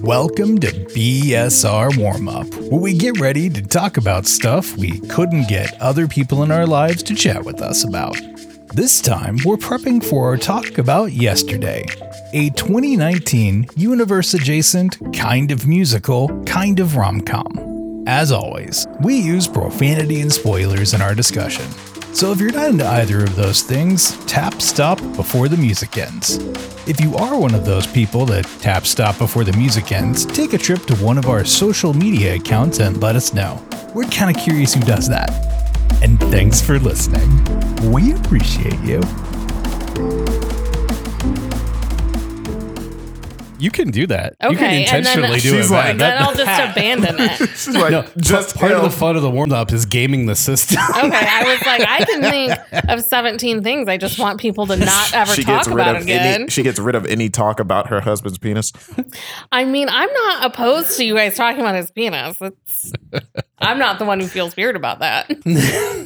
Welcome to BSR Warm Up, where we get ready to talk about stuff we couldn't get other people in our lives to chat with us about. This time, we're prepping for our talk about yesterday, a 2019 universe adjacent, kind of musical, kind of rom com. As always, we use profanity and spoilers in our discussion. So if you're not into either of those things, tap stop before the music ends. If you are one of those people that tap stop before the music ends, take a trip to one of our social media accounts and let us know. We're kind of curious who does that. And thanks for listening. We appreciate you. You can do that. You can Okay, and then- intentionally do She's it. like, man. And That- then I'll just abandon it. This is like no, just just part of him. the fun of the warm up is gaming the system. Okay, I was like, I can think of 17 things. I just want people to not ever she talk gets rid about of again. any. She gets rid of any talk about her husband's penis. I mean, I'm not opposed to you guys talking about his penis. It's, I'm not the one who feels weird about that.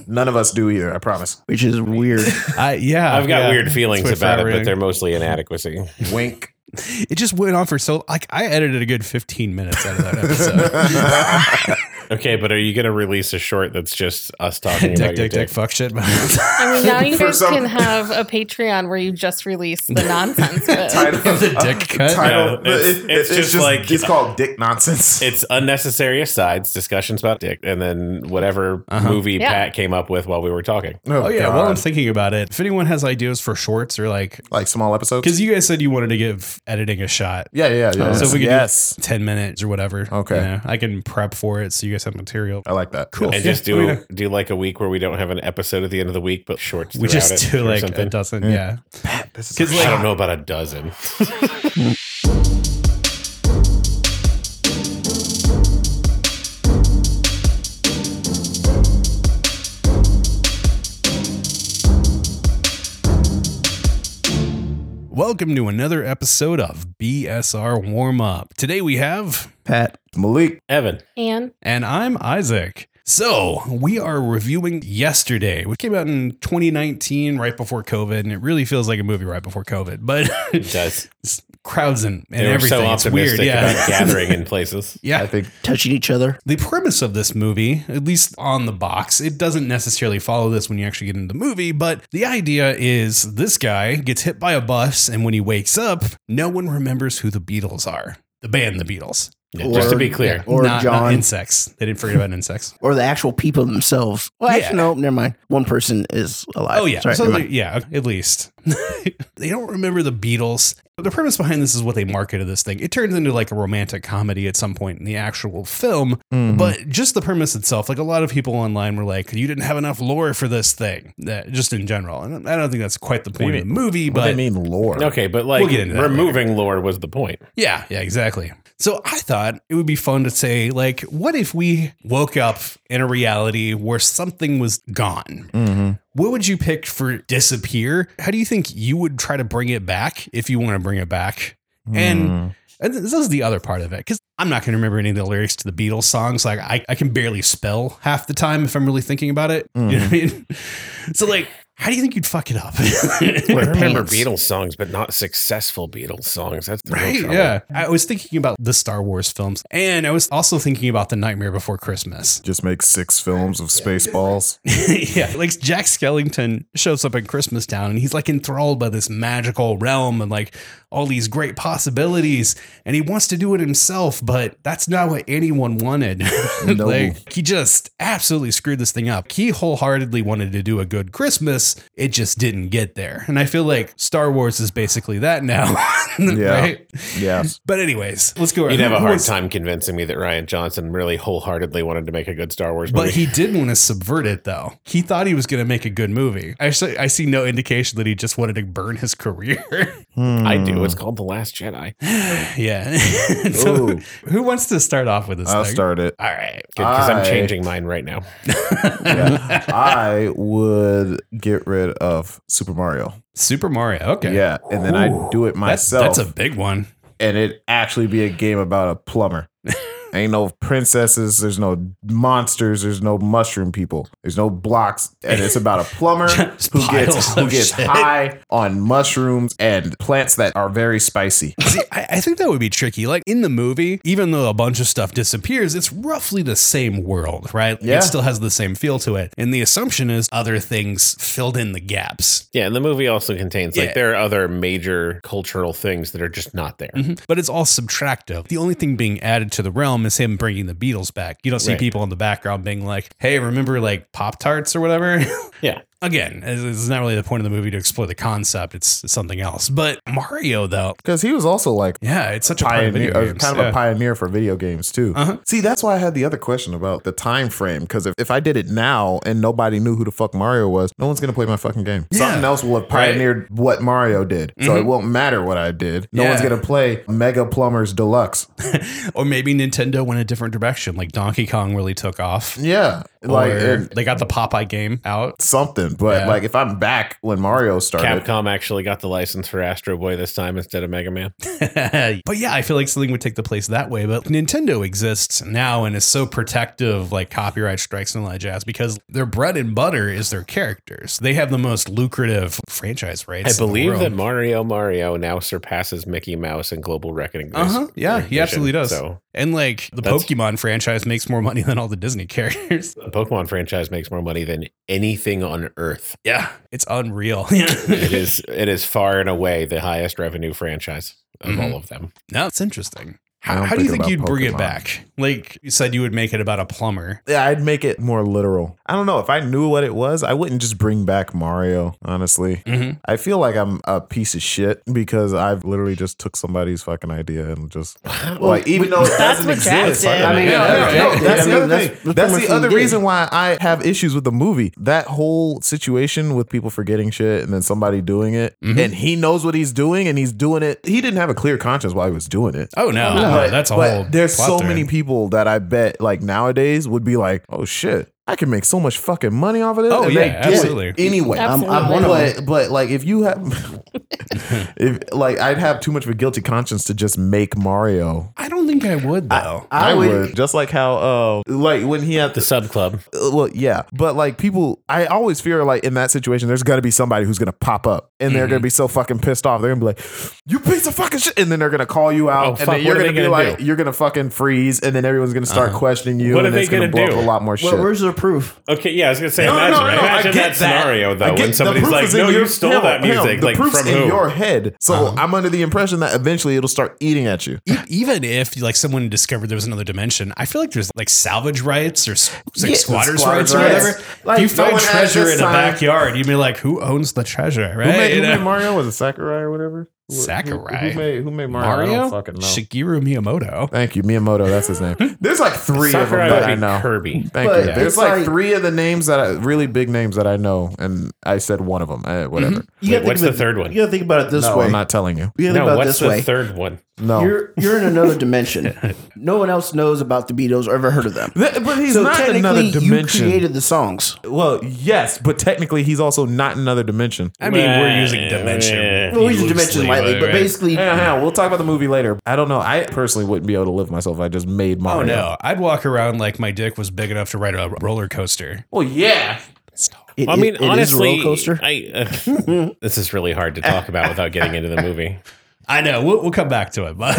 None of us do either. I promise. which is weird. I, yeah, I've got yeah. weird feelings That's about it, but frustrating. they're mostly inadequacy. Wink. It just went on for so like I edited a good fifteen minutes out of that episode. Okay, but are you going to release a short that's just us talking about dick, your dick, dick, dick? fuck shit. I mean, now you For guys some- can have a Patreon where you just release the nonsense bit. Title the dick cut. Title. No, it's- it- it's just like- it's called dick nonsense. It's unnecessary asides, discussions about dick, and then whatever Uh-huh. movie Yeah. Pat came up with while we were talking. Oh yeah, God. while I'm thinking about it, if anyone has ideas for shorts or like, like small episodes. because you guys said you wanted to give editing a shot, Yeah, yeah, yeah. so if we could yes, do ten minutes or whatever. Okay. you know, I can prep for it so you guys have material. I like that. Cool. And Yeah, just let me do know. do like a week where we don't have an episode at the end of the week, but shorts. We throughout just it do or like a something. dozen. Yeah, This is because I like don't know about a dozen. Welcome to another episode of BSR Warm Up. Today we have, Pat, Malik. Evan, And and I'm Isaac. So, we are reviewing Yesterday, which came out in 2019, right before COVID, and it really feels like a movie right before COVID, but it does. it's crowds and, and They were everything. so it's optimistic weird. Yeah. about gathering in places. yeah. I think touching each other. The premise of this movie, at least on the box, it doesn't necessarily follow this when you actually get into the movie, but the idea is this guy gets hit by a bus, and when he wakes up, no one remembers who the Beatles are. The band, the Beatles. Yeah, just to Or- be clear, Or not, John. not insects. They didn't forget about insects. Or the actual people themselves. Well, Yeah. actually, no, never mind. One person is alive. Oh yeah, Sorry, so never they- mind. yeah, at least they don't remember the Beatles. The premise behind this is what they marketed this thing. It turns into like a romantic comedy at some point in the actual film, Mm-hmm. but just the premise itself. Like a lot of people online were like, "You didn't have enough lore for this thing," that, just in general. And I don't think that's quite the point of the movie. what But they mean lore. okay, but like We'll get into that removing lore was the point. Yeah, yeah, exactly. So I thought it would be fun to say, like, what if we woke up in a reality where something was gone? Mm-hmm. What would you pick for disappear? How do you think you would try to bring it back if you want to bring it back? And, and this is the other part of it because I'm not going to remember any of the lyrics to the Beatles songs. Like, I, I can barely spell half the time if I'm really thinking about it. You know what I mean? So, like, how do you think you'd fuck it up? I remember pants. Beatles songs, but not successful Beatles songs. That's the real Right. trouble. Yeah. I was thinking about the Star Wars films, and I was also thinking about The Nightmare Before Christmas. Just make six films of Spaceballs. yeah. Like Jack Skellington shows up in Christmas Town, and he's like enthralled by this magical realm and like all these great possibilities, and he wants to do it himself, but that's not what anyone wanted. No. like he just absolutely screwed this thing up. He wholeheartedly wanted to do a good Christmas, it just didn't get there. And I feel like Star Wars is basically that now. Yeah. Right? Yes. But anyways, let's go. You'd have a Who hard wants- time convincing me that Ryan Johnson really wholeheartedly wanted to make a good Star Wars movie. But he did want to subvert it, though. He thought he was going to make a good movie. Actually, I see no indication that he just wanted to burn his career. I do. It's called The Last Jedi. yeah. So, Ooh. who wants to start off with this I'll thing? start it. All right. Because I'm I- changing mine right now. Yeah. I would get rid of Super Mario. Super Mario. Okay. Yeah, and then I'd do it That's, myself, that's a big one. and it actually be a game about a plumber. Ain't no princesses. There's no monsters. There's no mushroom people. There's no blocks. And it's about a plumber Just who gets piles who of gets shit. high on mushrooms and plants that are very spicy. See, I, I think that would be tricky. Like in the movie, even though a bunch of stuff disappears, it's roughly the same world, right? Yeah. It still has the same feel to it. And the assumption is other things filled in the gaps. Yeah, and the movie also contains Yeah. like there are other major cultural things that are just not there. But it's all subtractive. The only thing being added to the realm is him bringing the Beatles back. You don't see Right. people in the background being like, hey, remember like Pop Tarts or whatever? Yeah. Again, it's- it's not really the point of the movie to explore the concept, it's something else. But Mario, though, Because he was also like yeah, it's such a part of pioneer, video uh, games. kind of Yeah. a pioneer for video games too. Uh-huh. See, that's why I had the other question about the time frame. Because if, if I did it now and nobody knew who the fuck Mario was, no one's gonna play my fucking game. Yeah. Mm-hmm. Something else will have pioneered what Mario did, so it won't matter what I did. No one's Yeah. gonna play Mega Plumbers Deluxe. or maybe Nintendo went a different direction, like Donkey Kong really took off. Yeah, like uh, Or and they got the Popeye game out. something. But Yeah. like if I'm back when Mario started, Capcom actually got the license for Astro Boy this time instead of Mega Man. but yeah, I feel like something would take the place that way. But Nintendo exists now and is so protective, like copyright strikes and all that jazz, because their bread and butter is their characters. They have the most lucrative franchise I rights. in the believe world. that Mario Mario now surpasses Mickey Mouse in global reckoning. Uh-huh. Yeah, he recognition. absolutely does. So And like the That's- Pokemon franchise makes more money than all the Disney characters. the Pokemon franchise makes more money than anything on Earth. yeah, it's unreal. It is it is far and away the highest revenue franchise of all of them. no, it's interesting. I How, don't how do you think think you'd about bring it Pokemon. back? Like you said, you would make it about a plumber. yeah, I'd make it more literal. I don't know if I knew what it was, I wouldn't just bring back Mario. Honestly, Mhm. I feel like I'm a piece of shit because I've literally just took somebody's fucking idea and just like even though it doesn't what Jack exist. did. I mean, Yeah, that's- yeah, no, yeah. that's I the mean, other that's- thing. that's That's pretty the much other what he reason why I have issues with the movie. That whole situation with people forgetting shit and then somebody doing it, Mm-hmm. and he knows what he's doing and he's doing it. He didn't have a clear conscience while he was doing it. Oh no, no, that's a But whole. there's plot so thread. many people that I bet like nowadays would be like, oh shit, I can make so much fucking money off of this. Oh, and yeah, they did it absolutely. Anyway, I'm, I'm one Absolutely. of them. but but like if you have, if like I'd have too much of a guilty conscience to just make Mario. I don't think I would though. I, would, just like how uh like when he had The sub club. uh, well, yeah, but like people, I always fear like in that situation, there's gonna be somebody who's gonna pop up, and they're Mm-hmm. gonna be so fucking pissed off. They're gonna be like, "You piece of fucking shit," and then they're gonna call you out, Oh, and fuck, then you're what are gonna they be gonna like, do? Uh-huh. "You're gonna fucking freeze," and then everyone's gonna start questioning you, What and are it's they gonna, gonna blow up do? a lot more shit. Well, where's the proof? Okay, yeah, I was gonna say, No, imagine, no, no, no, I imagine get that, scenario I though, get- when the somebody's proof like, is in "No, your- you stole hell, that hell, music." Like the proof's from in who? Uh-huh. your head, so I'm under the impression that eventually it'll start eating at you. E- Even if like someone discovered there was another dimension, I feel like there's like salvage rights or s- like Yeah, squatters, rights squatters' or rights. whatever. Like, if you no find one has treasure this in a time. backyard, you'd be like, who owns the treasure? Right? Who made, who You know? uh, made Mario? Was it Sakurai or whatever? Who- who- Who, Sakurai? made, who made Mario? I Mario, don't fucking know. Shigeru Miyamoto. Thank you, Miyamoto. That's his name. There's like three Hmm? Sakurai of them that I would be know. Kirby. Thank But you. There's it's like, like- three of the names that I, really big names that I know, and I said one of them. Eh, whatever. You Wait, gotta think what's of the it- third one? You gotta think about it this No, way. I'm not telling you. You gotta think No, about it what's this the way. third one? No, You're you're in another dimension. no one else knows about the Beatles or ever heard of them. Th- but he's so not in another technically, you dimension. created the songs. well, yes, but technically he's also not in another dimension. I mean, we're using dimension. Well, we just dimension lightly, but basically, Yeah, yeah, we'll talk about the movie later. I don't know. I personally wouldn't be able to live myself. if I just made Mario. Oh no, I'd walk around like my dick was big enough to ride a roller coaster. Well, yeah. it- I it- mean, it is a honestly, roller coaster. I, uh, this is really hard to talk about without getting into the movie. I know. We'll, we'll come back to it, but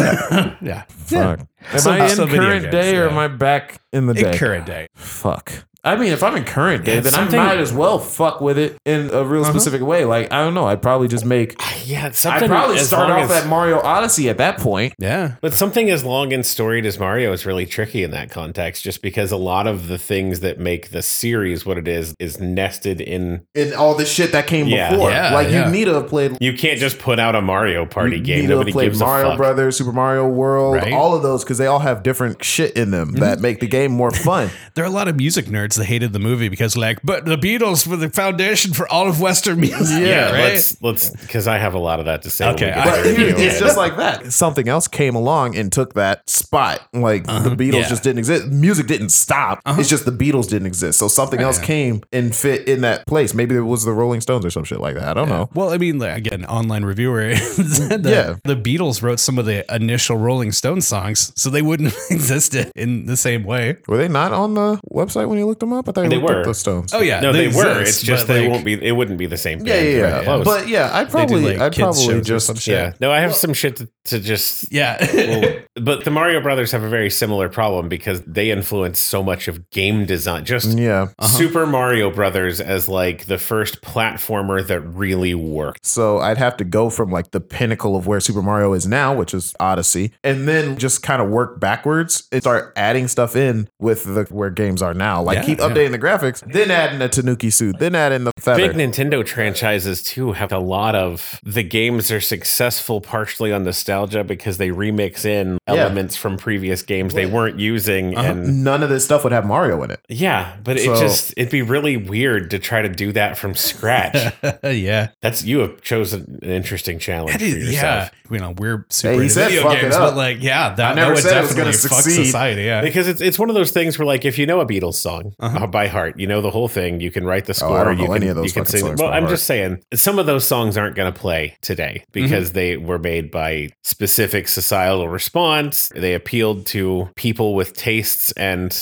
yeah. Fuck. Am Some- I in some video current games, day or yeah. am I back in the In day? current day. fuck. I mean, if I'm in current day, Yeah, then something- I might as well fuck with it in a real specific way. Like I don't know. I'd probably just make. Yeah, I'd something. probably as start long off as- at Mario Odyssey at that point. Yeah. But something as long and storied as Mario is really tricky in that context, just because a lot of the things that make the series what it is is nested in. And all the shit that came Yeah. before. Yeah, like yeah. you need to have played You can't just put out a Mario Party game. Need to Nobody play gives a Mario fuck. Brothers, Super Mario World, Right. all of those because they all have different shit in Mm-hmm. them that make the game more fun. There are a lot of music nerds that hated the movie because, like, but the Beatles were the foundation for all of Western music. Yeah, right? let's let's because I have have a lot of that to say. when Okay, we I get But to review it's it. just like that. Something else came along and took that spot. Like Uh-huh. the Beatles yeah. just didn't exist. Music didn't stop. Uh-huh. It's just the Beatles didn't exist. So something else came and fit in that place. Maybe it was the Rolling Stones or some shit like that. I don't know. Well, I mean, like, again, online reviewer said that the Beatles wrote some of the initial Rolling Stone songs, so they wouldn't have existed in the same way. Were they not on the website when you looked them up? I thought you They looked up were. the Stones. Oh yeah, no, they, were. exist, It's just but, they like, won't be. It wouldn't be the same. yeah, thing, yeah, right? yeah. Close. But yeah, I probably, like, I'd kids shows probably or just some yeah. No, I have some shit to, to just. Yeah. Well, but the Mario Brothers have a very similar problem because they influence so much of game design. Just yeah. Uh-huh. Super Mario Brothers as like the first platformer that really worked. So I'd have to go from like the pinnacle of where Super Mario is now, which is Odyssey, and then just kind of work backwards and start adding stuff in with the where games are now. Like Yeah, keep yeah. updating the graphics, then adding a Tanuki suit, then adding the feather. Big Nintendo franchises too have a lot of the games are successful partially on nostalgia because they remix in Yeah. elements from previous games they weren't using Uh-huh. and Uh-huh. None of this stuff would have Mario in it. Yeah, but it So- just it'd be really weird to try to do that from scratch. yeah. That's you have chosen an interesting challenge That for is, yourself. yeah. You know, we're super he into said video fuck it games, up. but like, yeah, that, never that would said it was definitely gonna fuck succeed. society. Yeah. Because it's it's one of those things where like if you know a Beatles song uh, by heart, you know the whole thing. You can write the Uh-huh. Oh, score. I don't know you can, any of those you can fucking sing- songs Well, by I'm heart. Mm-hmm. just saying some of those songs aren't going to play today because they were made by specific societal response. They appealed to people with tastes and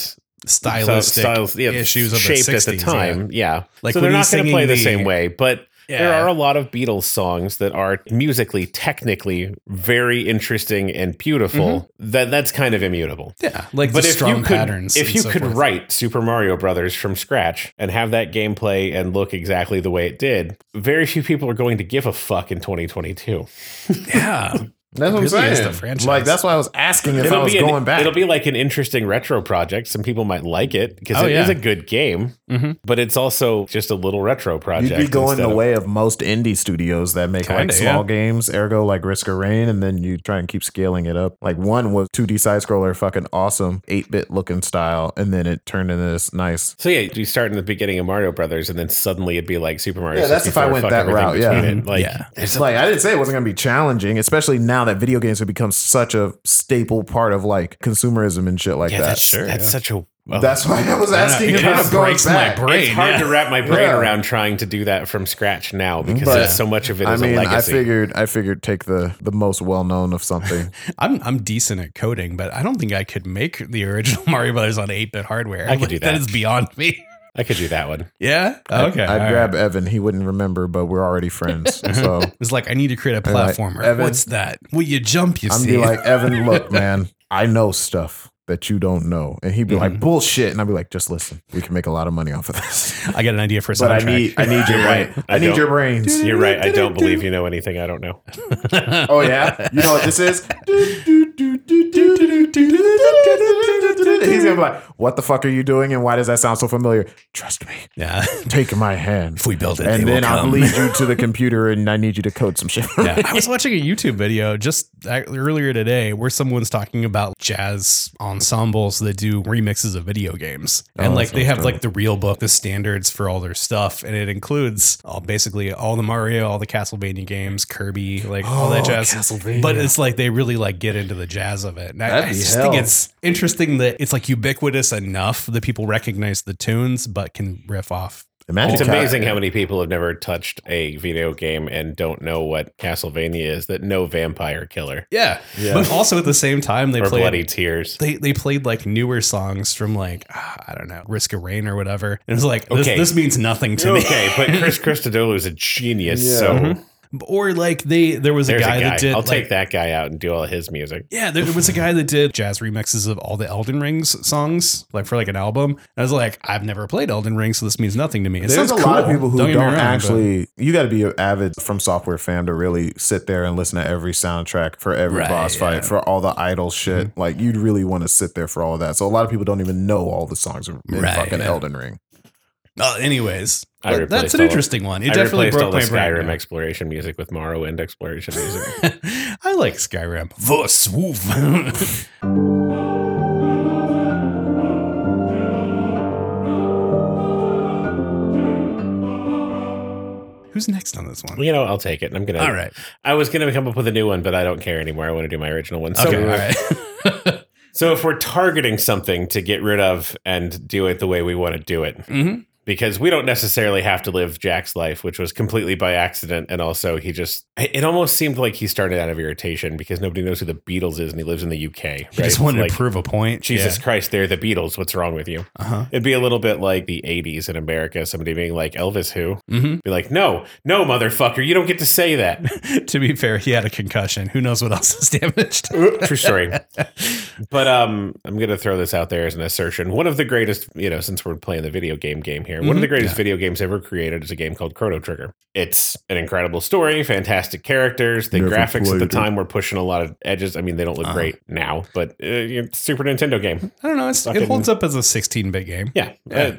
Stylistic styles, yeah, issues of shaped the 60s, at the time. Yeah, Like so when they're he's not going to singing play the, the- same way. But there Yeah. are a lot of Beatles songs that are musically, technically very interesting and beautiful. Mm-hmm. That that's kind of immutable. Yeah. Yeah. Like But the if strum you could, patterns. if and you so could forth. write Super Mario Brothers from scratch and have that gameplay and look exactly the way it did, very few people are going to give a fuck in 2022. Yeah. That's what I'm It really is saying. the franchise. Like that's why I was asking if I was be an- going back. it'll be like an interesting retro project. Some people might like it because Oh, it is yeah. a good game, Mm-hmm. but it's also just a little retro project. You'd be going instead the of- way of most indie studios that make like Kinda, small yeah. games, ergo like Risk of Rain, and then you try and keep scaling it up. Like one was 2D side scroller, fucking awesome, 8 bit looking style, and then it turned into this nice. So yeah, you start in the beginning of Mario Brothers, and then suddenly it'd be like Super Mario. Yeah, that's if 64, I went fuck that everything route, yeah. between it. Like, Yeah. there's a- Like I didn't say it wasn't going to be challenging, especially now that video games have become such a staple part of like consumerism and shit like yeah, that. that's, that's such a. well, That's why I was asking it if I kinda was going breaks my back. brain. it's hard yeah. to wrap my brain Yeah. around trying to do that from scratch now because But- it's so much of it I is mean, a I legacy. figured, I figured take the the most well known of something. I'm I'm decent at coding, but I don't think I could make the original Mario Brothers on 8-bit hardware. I could do That that. is beyond me. I could do that one. Yeah. I- Okay. I'd all right. grab Evan. He wouldn't remember, but we're already friends. So It's like I need to create a I'd be like, platformer. "Evan, What's that? Will you jump? You I'm see? be like, Evan, look, man, I know stuff that you don't know. And he'd be like, bullshit. And I'd be like, just listen, we can make a lot of money off of this. I got an idea for a But I soundtrack. need I need your brain. I I need don't- your brains. You're right. I don't believe you know anything. I don't know. Oh yeah? You know what this is? He's gonna be like, what the fuck are you doing and why does that sound so familiar? Trust me. yeah. Take my hand. If we build it, And they then will I'll come. lead you to the computer and I need you to code some shit. Yeah. I was watching a YouTube video just ac- earlier today where someone's talking about jazz ensembles that do remixes of video games. and Oh, that like they sounds have dope. like the real book, the standards for all their stuff. And it includes all, basically all the Mario, all the Castlevania games, Kirby, like all that Oh, jazz. Castlevania. But it's like they really like get into the jazz of it. And I, That'd I be just hell. think it's interesting that it's like ubiquitous enough that people recognize the tunes but can riff off. Imagine It's Ca- amazing how many people have never touched a video game and don't know what Castlevania is. That no vampire killer Yeah. But also at the same time they or play bloody tears. they they played like newer songs from like ah, I don't know Risk of Rain or whatever, and it was like this, Okay. this means nothing to me. Okay, but Chris Christodoulou is a genius. So Or like they there was a there's Mm-hmm. guy, that did I'll like, take that guy out and do all his music. Yeah, there, there was a guy that did jazz remixes of all the Elden Rings songs, like for like an album. And I was like, I've never played Elden Ring, so this means nothing to me. It There's sounds a cool. lot of people who get don't, me wrong, but- actually. You got to be an avid from software fam to really sit there and listen to every soundtrack for every Right, boss fight yeah. Mm-hmm. for all the idol shit. Like you'd really want to sit there for all of that. So a lot of people don't even know all the songs in in Right, fucking yeah. Elden Ring. Uh, anyways, I but replaced that's an all- interesting one. It I definitely replaced broke all my the brain. Skyrim exploration music with Morrowind exploration music. I like Skyrim. The swoof. Who's next on this one? You know, I'll take it. I'm gonna. All right. I was gonna come up with a new one, but I don't care anymore. I want to do my original one. So, Okay. All right. so if we're targeting something to get rid of and do it the way we want to do it, Mhm. because we don't necessarily have to live Jack's life, which was completely by accident, and also he just. It almost seemed like he started out of irritation because nobody knows who the Beatles is, and he lives in the UK. Right? He just wanted Like, to prove a point. Jesus Christ, they're the Beatles. What's wrong with you? Uh huh. It'd be a little bit like the 80s in America, somebody being like, Elvis, who? hmm Be like, no, no, motherfucker, you don't get to say that. to be fair, he had a concussion. Who knows what else is damaged? True story. But um, I'm gonna throw this out there as an assertion. One of the greatest, you know, since we're playing the video game game here, one of the Mm-hmm. greatest video games ever created is a game called Chrono Trigger. It's an incredible story, fantastic characters. The Never graphics at played the it. time were pushing a lot of edges. I mean, they don't look Uh-huh. great now, but uh, you know, Super Nintendo game. I don't know. It's, it Fucking- holds up as a 16 bit game. Yeah. Yeah. Uh,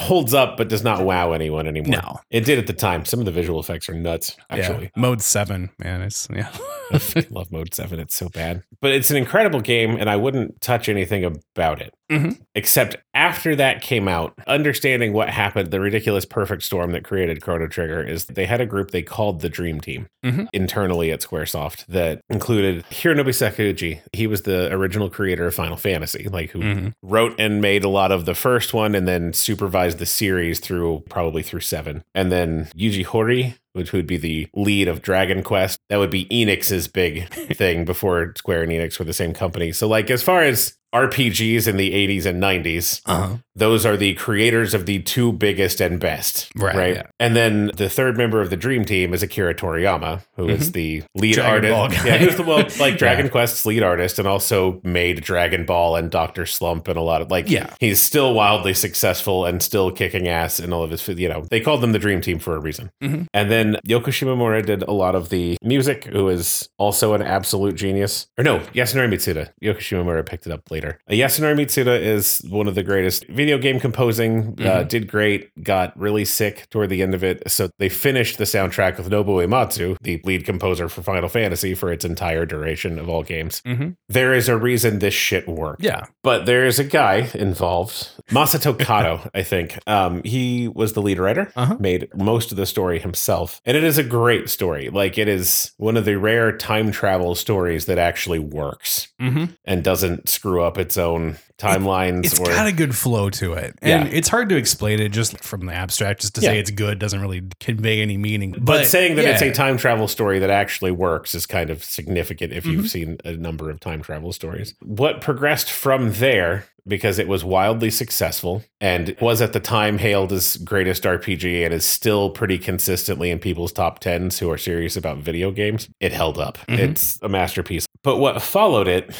holds up, but does not wow anyone anymore. No. It did at the time. Some of the visual effects are nuts, actually. Yeah. Mode 7, man. It's, yeah. I love Mode 7. It's so bad. But it's an incredible game, and I wouldn't touch anything about it. Mhm. Except after that came out, understanding what happened, the ridiculous perfect storm that created Chrono Trigger is they had a group they called the Dream Team Mhm. internally at Squaresoft that included Hironobu Sakaguchi. He was the original creator of Final Fantasy, like who Mhm. wrote and made a lot of the first one and then supervised the series through probably through seven. And then Yuji Horii, which would be the lead of Dragon Quest. That would be Enix's big thing before Square and Enix were the same company. So like as far as RPGs in the 80s and 90s, Uh-huh. those are the creators of the two biggest and best. Right, yeah. And then the third member of the Dream Team is Akira Toriyama, who is the lead Mm-hmm. Dragon artist. Ball guy. Yeah, who's the well, like Dragon Yeah. Quest's lead artist and also made Dragon Ball and Dr. Slump and a lot of like Yeah. he's still wildly successful and still kicking ass in all of his you know, they called them the Dream Team for a reason. Mhm. And then Yoko Shimomura did a lot of the music, who is also an absolute genius. Or no, Yasunori Mitsuda. Yoko Shimomura picked it up later. Uh, Yasunori Mitsuda is one of the greatest video game composing. Uh, did great, got really sick toward the end of it. So they finished the soundtrack with Nobuo Uematsu, the lead composer for Final Fantasy, for its entire duration of all games. Mhm. There is a reason this shit worked. Yeah. But there is a guy involved, Masato Kato, I think. Um, he was the lead writer, Uh-huh. made most of the story himself. And it is a great story. Like, it is one of the rare time travel stories that actually works Mm-hmm. and doesn't screw up its own timelines. It's got a good flow to it. And Yeah. it's hard to explain it just from the abstract. Just to Yeah. say it's good doesn't really convey any meaning. But, but saying that it's yeah. a time travel story that actually works is kind of significant if you've seen a number of time travel stories. What progressed from there, because it was wildly successful and was at the time hailed as greatest RPG and is still pretty consistently in people's top tens who are serious about video games, it held up. It's a masterpiece. But what followed it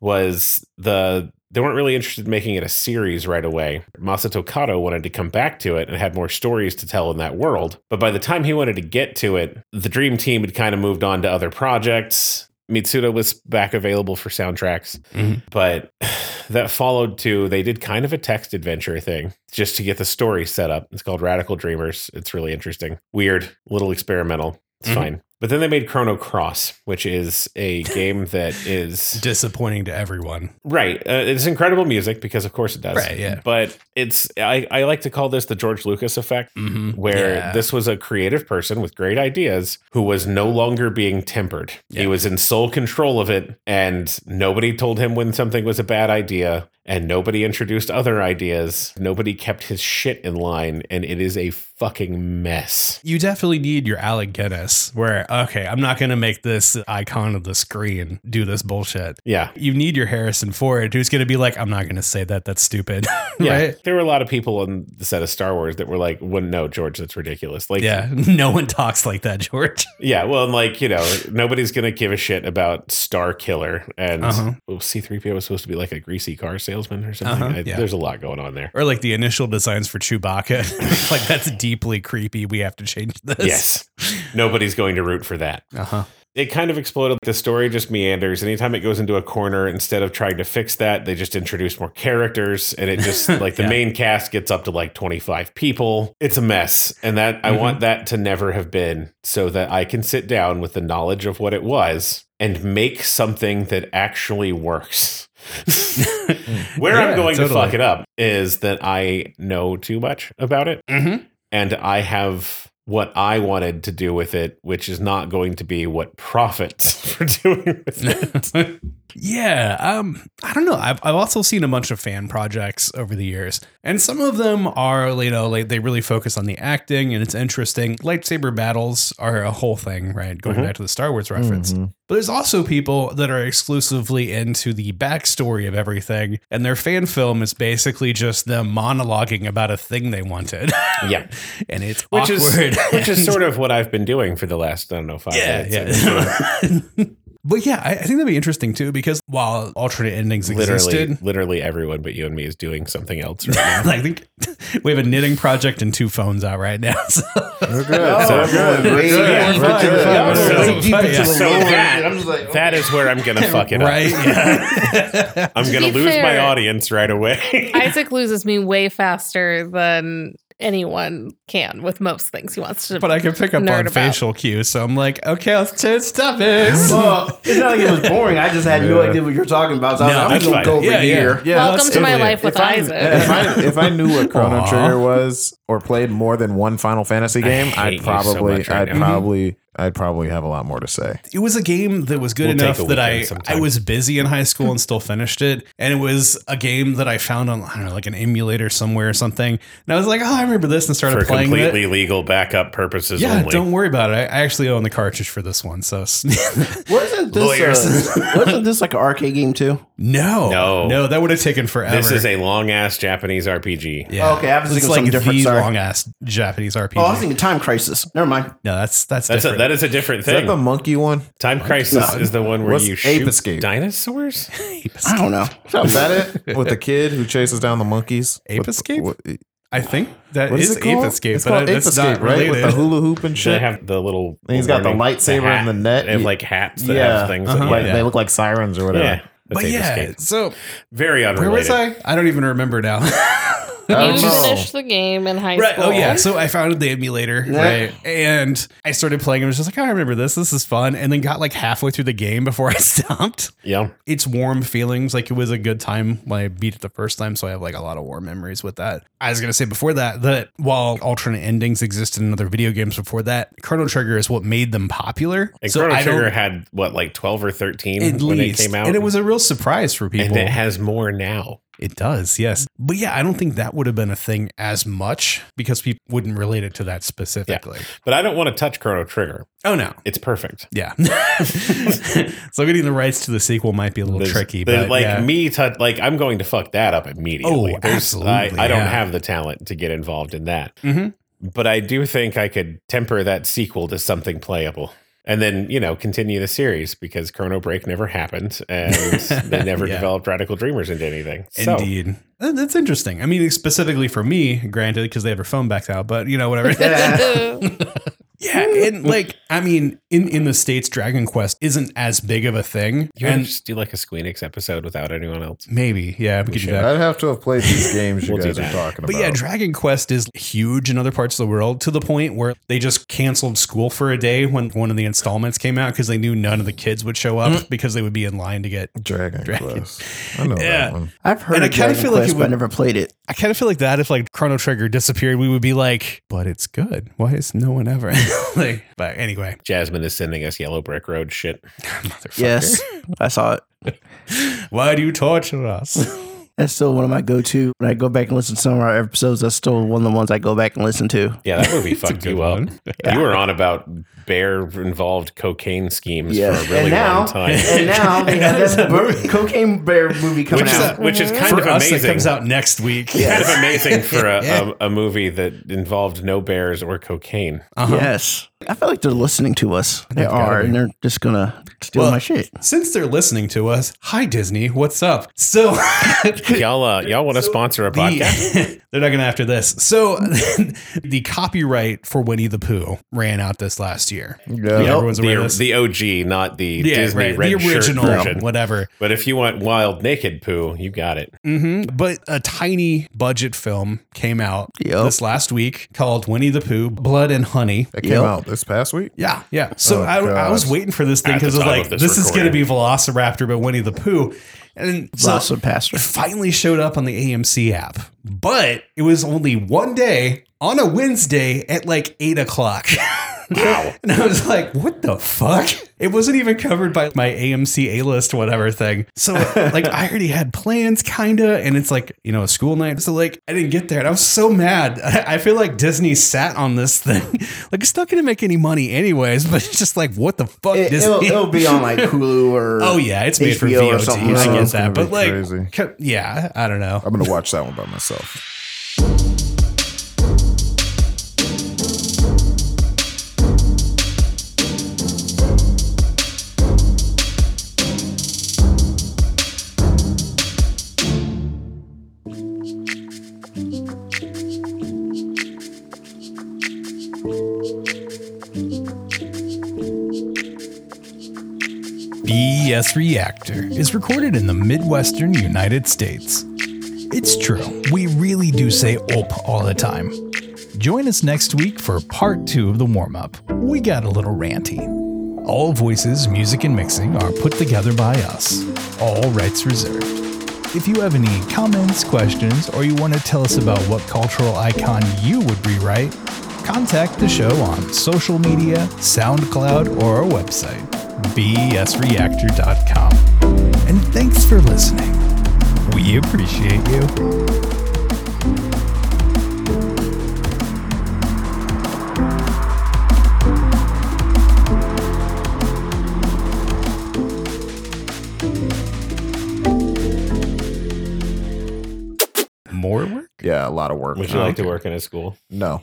was the they weren't really interested in making it a series right away. Masato Kato wanted to come back to it and had more stories to tell in that world. But by the time he wanted to get to it, the Dream Team had kind of moved on to other projects. Mitsuda was back available for soundtracks, Mhm. but that followed to they did kind of a text adventure thing just to get the story set up. It's called Radical Dreamers. It's really interesting, weird, little experimental. It's Mhm. fine. But then they made Chrono Cross, which is a game that is disappointing to everyone. Right. Uh, it's incredible music because, of course, it does. Right, yeah. But it's, I, I like to call this the George Lucas effect, Mm-hmm. where Yeah. this was a creative person with great ideas who was no longer being tempered. He was in sole control of it, and nobody told him when something was a bad idea, and nobody introduced other ideas. Nobody kept his shit in line, and it is a fucking mess. you definitely need your Alec Guinness, where, okay, I'm not going to make this icon of the screen do this bullshit. Yeah. You need your Harrison Ford, who's going to be like, I'm not going to say that. That's stupid. Yeah. right? There were a lot of people on the set of Star Wars that were like, well, no, George, that's ridiculous. Like, Yeah. No one talks like that, George. Yeah, well, and like you know, nobody's gonna give a shit about Star Killer and Uh-huh. well, C-3PO was supposed to be like a greasy car salesman or something. Uh-huh, I- yeah. There's a lot going on there. Or like the initial designs for Chewbacca. like, that's deeply creepy. We have to change this. Yes, nobody's going to root for that. Uh huh. It kind of exploded. The story just meanders. Anytime it goes into a corner, instead of trying to fix that, they just introduce more characters, and it just like the Yeah. main cast gets up to like 25 people. It's a mess, and that I Mhm. want that to never have been, so that I can sit down with the knowledge of what it was and make something that actually works. Where Yeah, I'm going to totally. fuck it up is that I know too much about it Mm-hmm. and I have what I wanted to do with it, which is not going to be what profits for doing with it. Yeah, um, I don't know. I've, I've also seen a bunch of fan projects over the years, and some of them are, you know, like they really focus on the acting and it's interesting. Lightsaber battles are a whole thing, right? Going Mm-hmm. back to the Star Wars reference. But there's also people that are exclusively into the backstory of everything, and their fan film is basically just them monologuing about a thing they wanted. yeah. and it's Which awkward. is which is sort of what I've been doing for the last, I don't know, five yeah, minutes. yeah. But yeah, I, I think that'd be interesting too, because while alternate endings Literally, existed, literally everyone but you and me is doing something else right now. I think we have a knitting project and two phones out right now. So We're good. So- Way- Yeah, way yeah, deep into the yeah. Yeah. lore. So that- I'm just like, That is where I'm gonna fuck it right? up. Yeah. I'm To gonna be lose my fair- audience right away. Isaac loses me way faster than anyone can with most things he wants to. but I can pick up Nerd on about. facial cues, so I'm like, okay, let's change topics. Well, it's not like it was boring. I just had no idea what you were talking about. So I was No, like, I'm just gonna that's fine. go over Yeah, yeah. here. yeah, Welcome let's to do my it. life with If I'm- If Isaac. I, if I knew what Chrono Aw. Trigger was or played more than one Final Fantasy game, hate I'd you so probably much right I'd now. probably I'd probably have a lot more to say. it was a game that was good We'll take enough a that I weekend sometime. I was busy in high school and still finished it, and it was a game that I found on I don't know like an emulator somewhere or something, and I was like, oh, I remember this, and started for playing it. completely legal backup purposes Yeah, only. don't worry about it. I I actually own the cartridge for this one, so s- Wasn't this, Lawyers. uh, wasn't this like an arcade game too? no, No. no, that would have taken forever. this is a long ass Japanese RPG. yeah. Okay, I was it's thinking like of something different, the sorry. long ass Japanese RPG. Oh, I was thinking Time Crisis. Never mind. no, that's that's, That's a, different. that is a different Is thing. that the monkey one? Time Crisis is the one where What's you Ape shoot Escape? dinosaurs. I don't know. Is that it? With the kid who chases down the monkeys? Ape With- Escape? what- I think that what is is it Ape called? Escape, It's but I- called Ape that's Escape, not right? related. With the hula hoop and Should I shit. have the little? And he's got the warning- lightsaber hat, and the net. and Yeah. like hats that Yeah. have things. Uh-huh. That, Like, yeah, They look like sirens or whatever. yeah. That's but Ape yeah, Escape. so very where unrelated. was I? I don't even remember now. I you don't know. finished the game in high right. school. Oh yeah. So I founded the emulator, Yeah. right? And I started playing. I was just like, "Oh, I remember this. This is fun. And then got like halfway through the game before I stopped. Yeah, it's warm feelings. Like it was a good time when I beat it the first time, so I have like a lot of warm memories with that. I was gonna say before that that while alternate endings existed in other video games before that, Chrono Trigger is what made them popular. and So Chrono I don't- Trigger had what like twelve or thirteen at when least, it came out, and it was a real surprise for and people. it has more now. It does, yes. But yeah, I don't think that would have been a thing as much because people wouldn't relate it to that specifically. But I don't want to touch Chrono Trigger. Oh no. It's perfect. Yeah. so getting the rights to the sequel might be a little There's- tricky, there's, but like yeah. me, tou- like I'm going to fuck that up immediately. Oh, There's- absolutely, I, I don't yeah. have the talent to get involved in that. Mhm. but I do think I could temper that sequel to something playable. And then, you know, continue the series because Chrono Break never happened and they never Yeah. developed Radical Dreamers into anything. So, Indeed. That- That's interesting. I mean, specifically for me, granted, because they have their phone backed out, but you know, whatever. yeah. And like, I mean, in, in the States, Dragon Quest isn't as big of a thing. you want and to just do like a Squeenix episode without anyone else? maybe, yeah, we could do should. that. I'd have to have played these games you We'll do guys are that. talking about. But yeah, Dragon Quest is huge in other parts of the world to the point where they just canceled school for a day when one of the installments came out because they knew none of the kids would show up because they would be in line to get. Dragon, Dragon. Quest. I know Yeah. that one. I've heard And I of kinda Dragon feel Quest, like it but would- I never played it. I kind of feel like that if like Chrono Trigger disappeared, we would be like, but it's good. Why is no one ever? like, but anyway, Jasmine is sending us Yellow Brick Road shit. motherfucker. Yes, I saw it. Why do you torture us? That's still one of my go-to. When I go back and listen to some of our episodes, that's still one of the ones I go back and listen to. Yeah, that movie a fucked good you one. up. You were on about bear involved cocaine schemes Yeah. for a really and now, long time. and now they have that bur- cocaine bear movie coming Which is, out. which is kind For of us, amazing. that comes out next week. Kind of amazing for a, a, a movie that involved no bears or cocaine. Uh-huh. Yes, I feel like they're listening to us. They are, and they're just gonna steal Well, my shit. Since they're listening to us, hi Disney, what's up? So y'all uh, y'all want to sponsor a podcast? the, they're not gonna after this. So the copyright for Winnie the Pooh ran out this last year. Yeah. Yeah, everyone's aware of The, this. the OG, not the yeah, Disney right, red the original, shirt version. whatever. But if you want wild naked poo, you got it. hmm But a tiny budget film came out Yep. this last week called Winnie the Pooh: Blood and Honey. That came Yep. out this past week. Yeah, yeah. So Oh, I, I God. was waiting for this thing At the because I was time like, of this this, is going to recording. be Velociraptor, but Winnie the Pooh. And so Blossom Pastor. finally showed up on the AMC app, but it was only one day on a Wednesday at like eight o'clock. Wow. and I was like, what the fuck? It wasn't even covered by my AMC A list, whatever thing. So, like, I already had plans, kind of. And it's like, you know, a school night. So, like, I didn't get there. And I was so mad. I I feel like Disney sat on this thing. Like, it's not going to make any money, anyways. But it's just like, what the fuck, It, Disney? will be on like Hulu or Oh yeah, it's made for HBO or VOD. something. I So get it's that, gonna but be like, crazy. ca- yeah, I don't know. I'm gonna watch that one by myself. BS E Reactor is recorded in the Midwestern United States. It's true, we really do say OP all the time. Join us next week for part two of the warm up. We got a little ranty. All voices, music, and mixing are put together by us, all rights reserved. If you have any comments, questions, or you want to tell us about what cultural icon you would rewrite, contact the show on social media, SoundCloud, or our website, bsreactor.com. And thanks for listening. We appreciate you. More work? Yeah, a lot of work. Would you like to work in a school? No,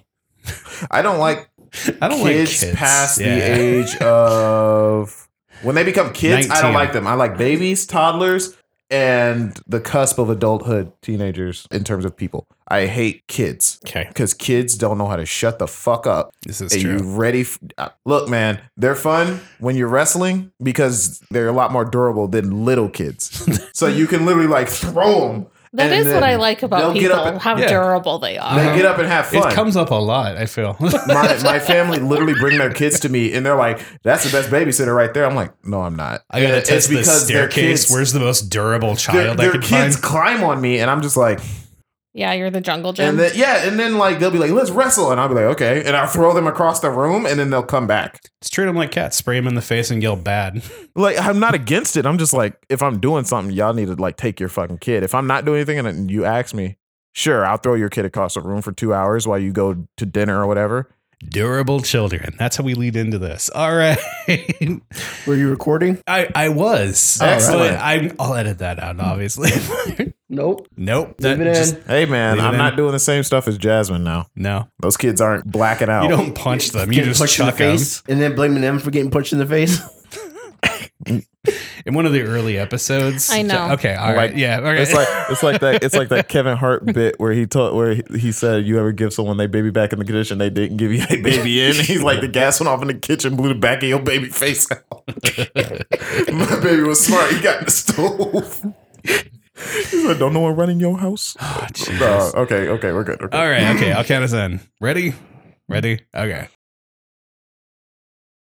I don't like I don't kids, like kids past Yeah. the age of when they become kids. I 19. don't like them. I like babies, toddlers, and the cusp of adulthood, teenagers. In terms of people, I hate kids Okay. because kids don't know how to shut the fuck up. This is Are true. you ready? F- uh, Look, man, they're fun when you're wrestling because they're a lot more durable than little kids. so you can literally like throw them. That is what I like about they'll get people, up and- how yeah. durable they They are. Uh-huh. get up and have fun. It comes up a lot. I feel. my, my family literally bring their kids to me and they're like, that's the best babysitter right there. I'm like, no, I'm not. I gotta And test this their staircase. kids- Where's the most durable Their, child I their could kids find? climb on me, and I'm just like, Yeah, you're the jungle gym. and then yeah, and then like they'll be like, let's wrestle, and I'll be like, okay, and I'll throw them across the room, and then they'll come back. Just treat them like cats. Spray them in the face and yell bad. Like I'm not against it. I'm just like if I'm doing something, y'all need to like take your fucking kid. If I'm not doing anything and you ask me, sure, I'll throw your kid across the room for two hours while you go to dinner or whatever. Durable children. That's how we lead into this. All right. Were you recording? I I was. Excellent. But I'm, I'll edit that out. Obviously. Nope. nope. Leave That it just- in. Hey man, Leave it I'm not in. doing the same stuff as Jasmine now. No. Those kids aren't blacking out. You don't punch them. You Getting just Oh. punched in the chuck them. face, and then blaming them for getting punched in the face. In one of the early episodes. I know. Okay. All right. Like- yeah. All right. It's like it's like that it's like that Kevin Hart bit where he told where he, he said you ever give someone their baby back in the condition they didn't give you a baby in. He's like the gas went off in the kitchen, blew the back of your baby face out. My baby was smart. He got in the stove. He's like, don't no one run in your house. Oh, Jesus. No, okay, okay, we're good. We're good. All right. Okay. I'll count us in. Ready? Ready? Okay.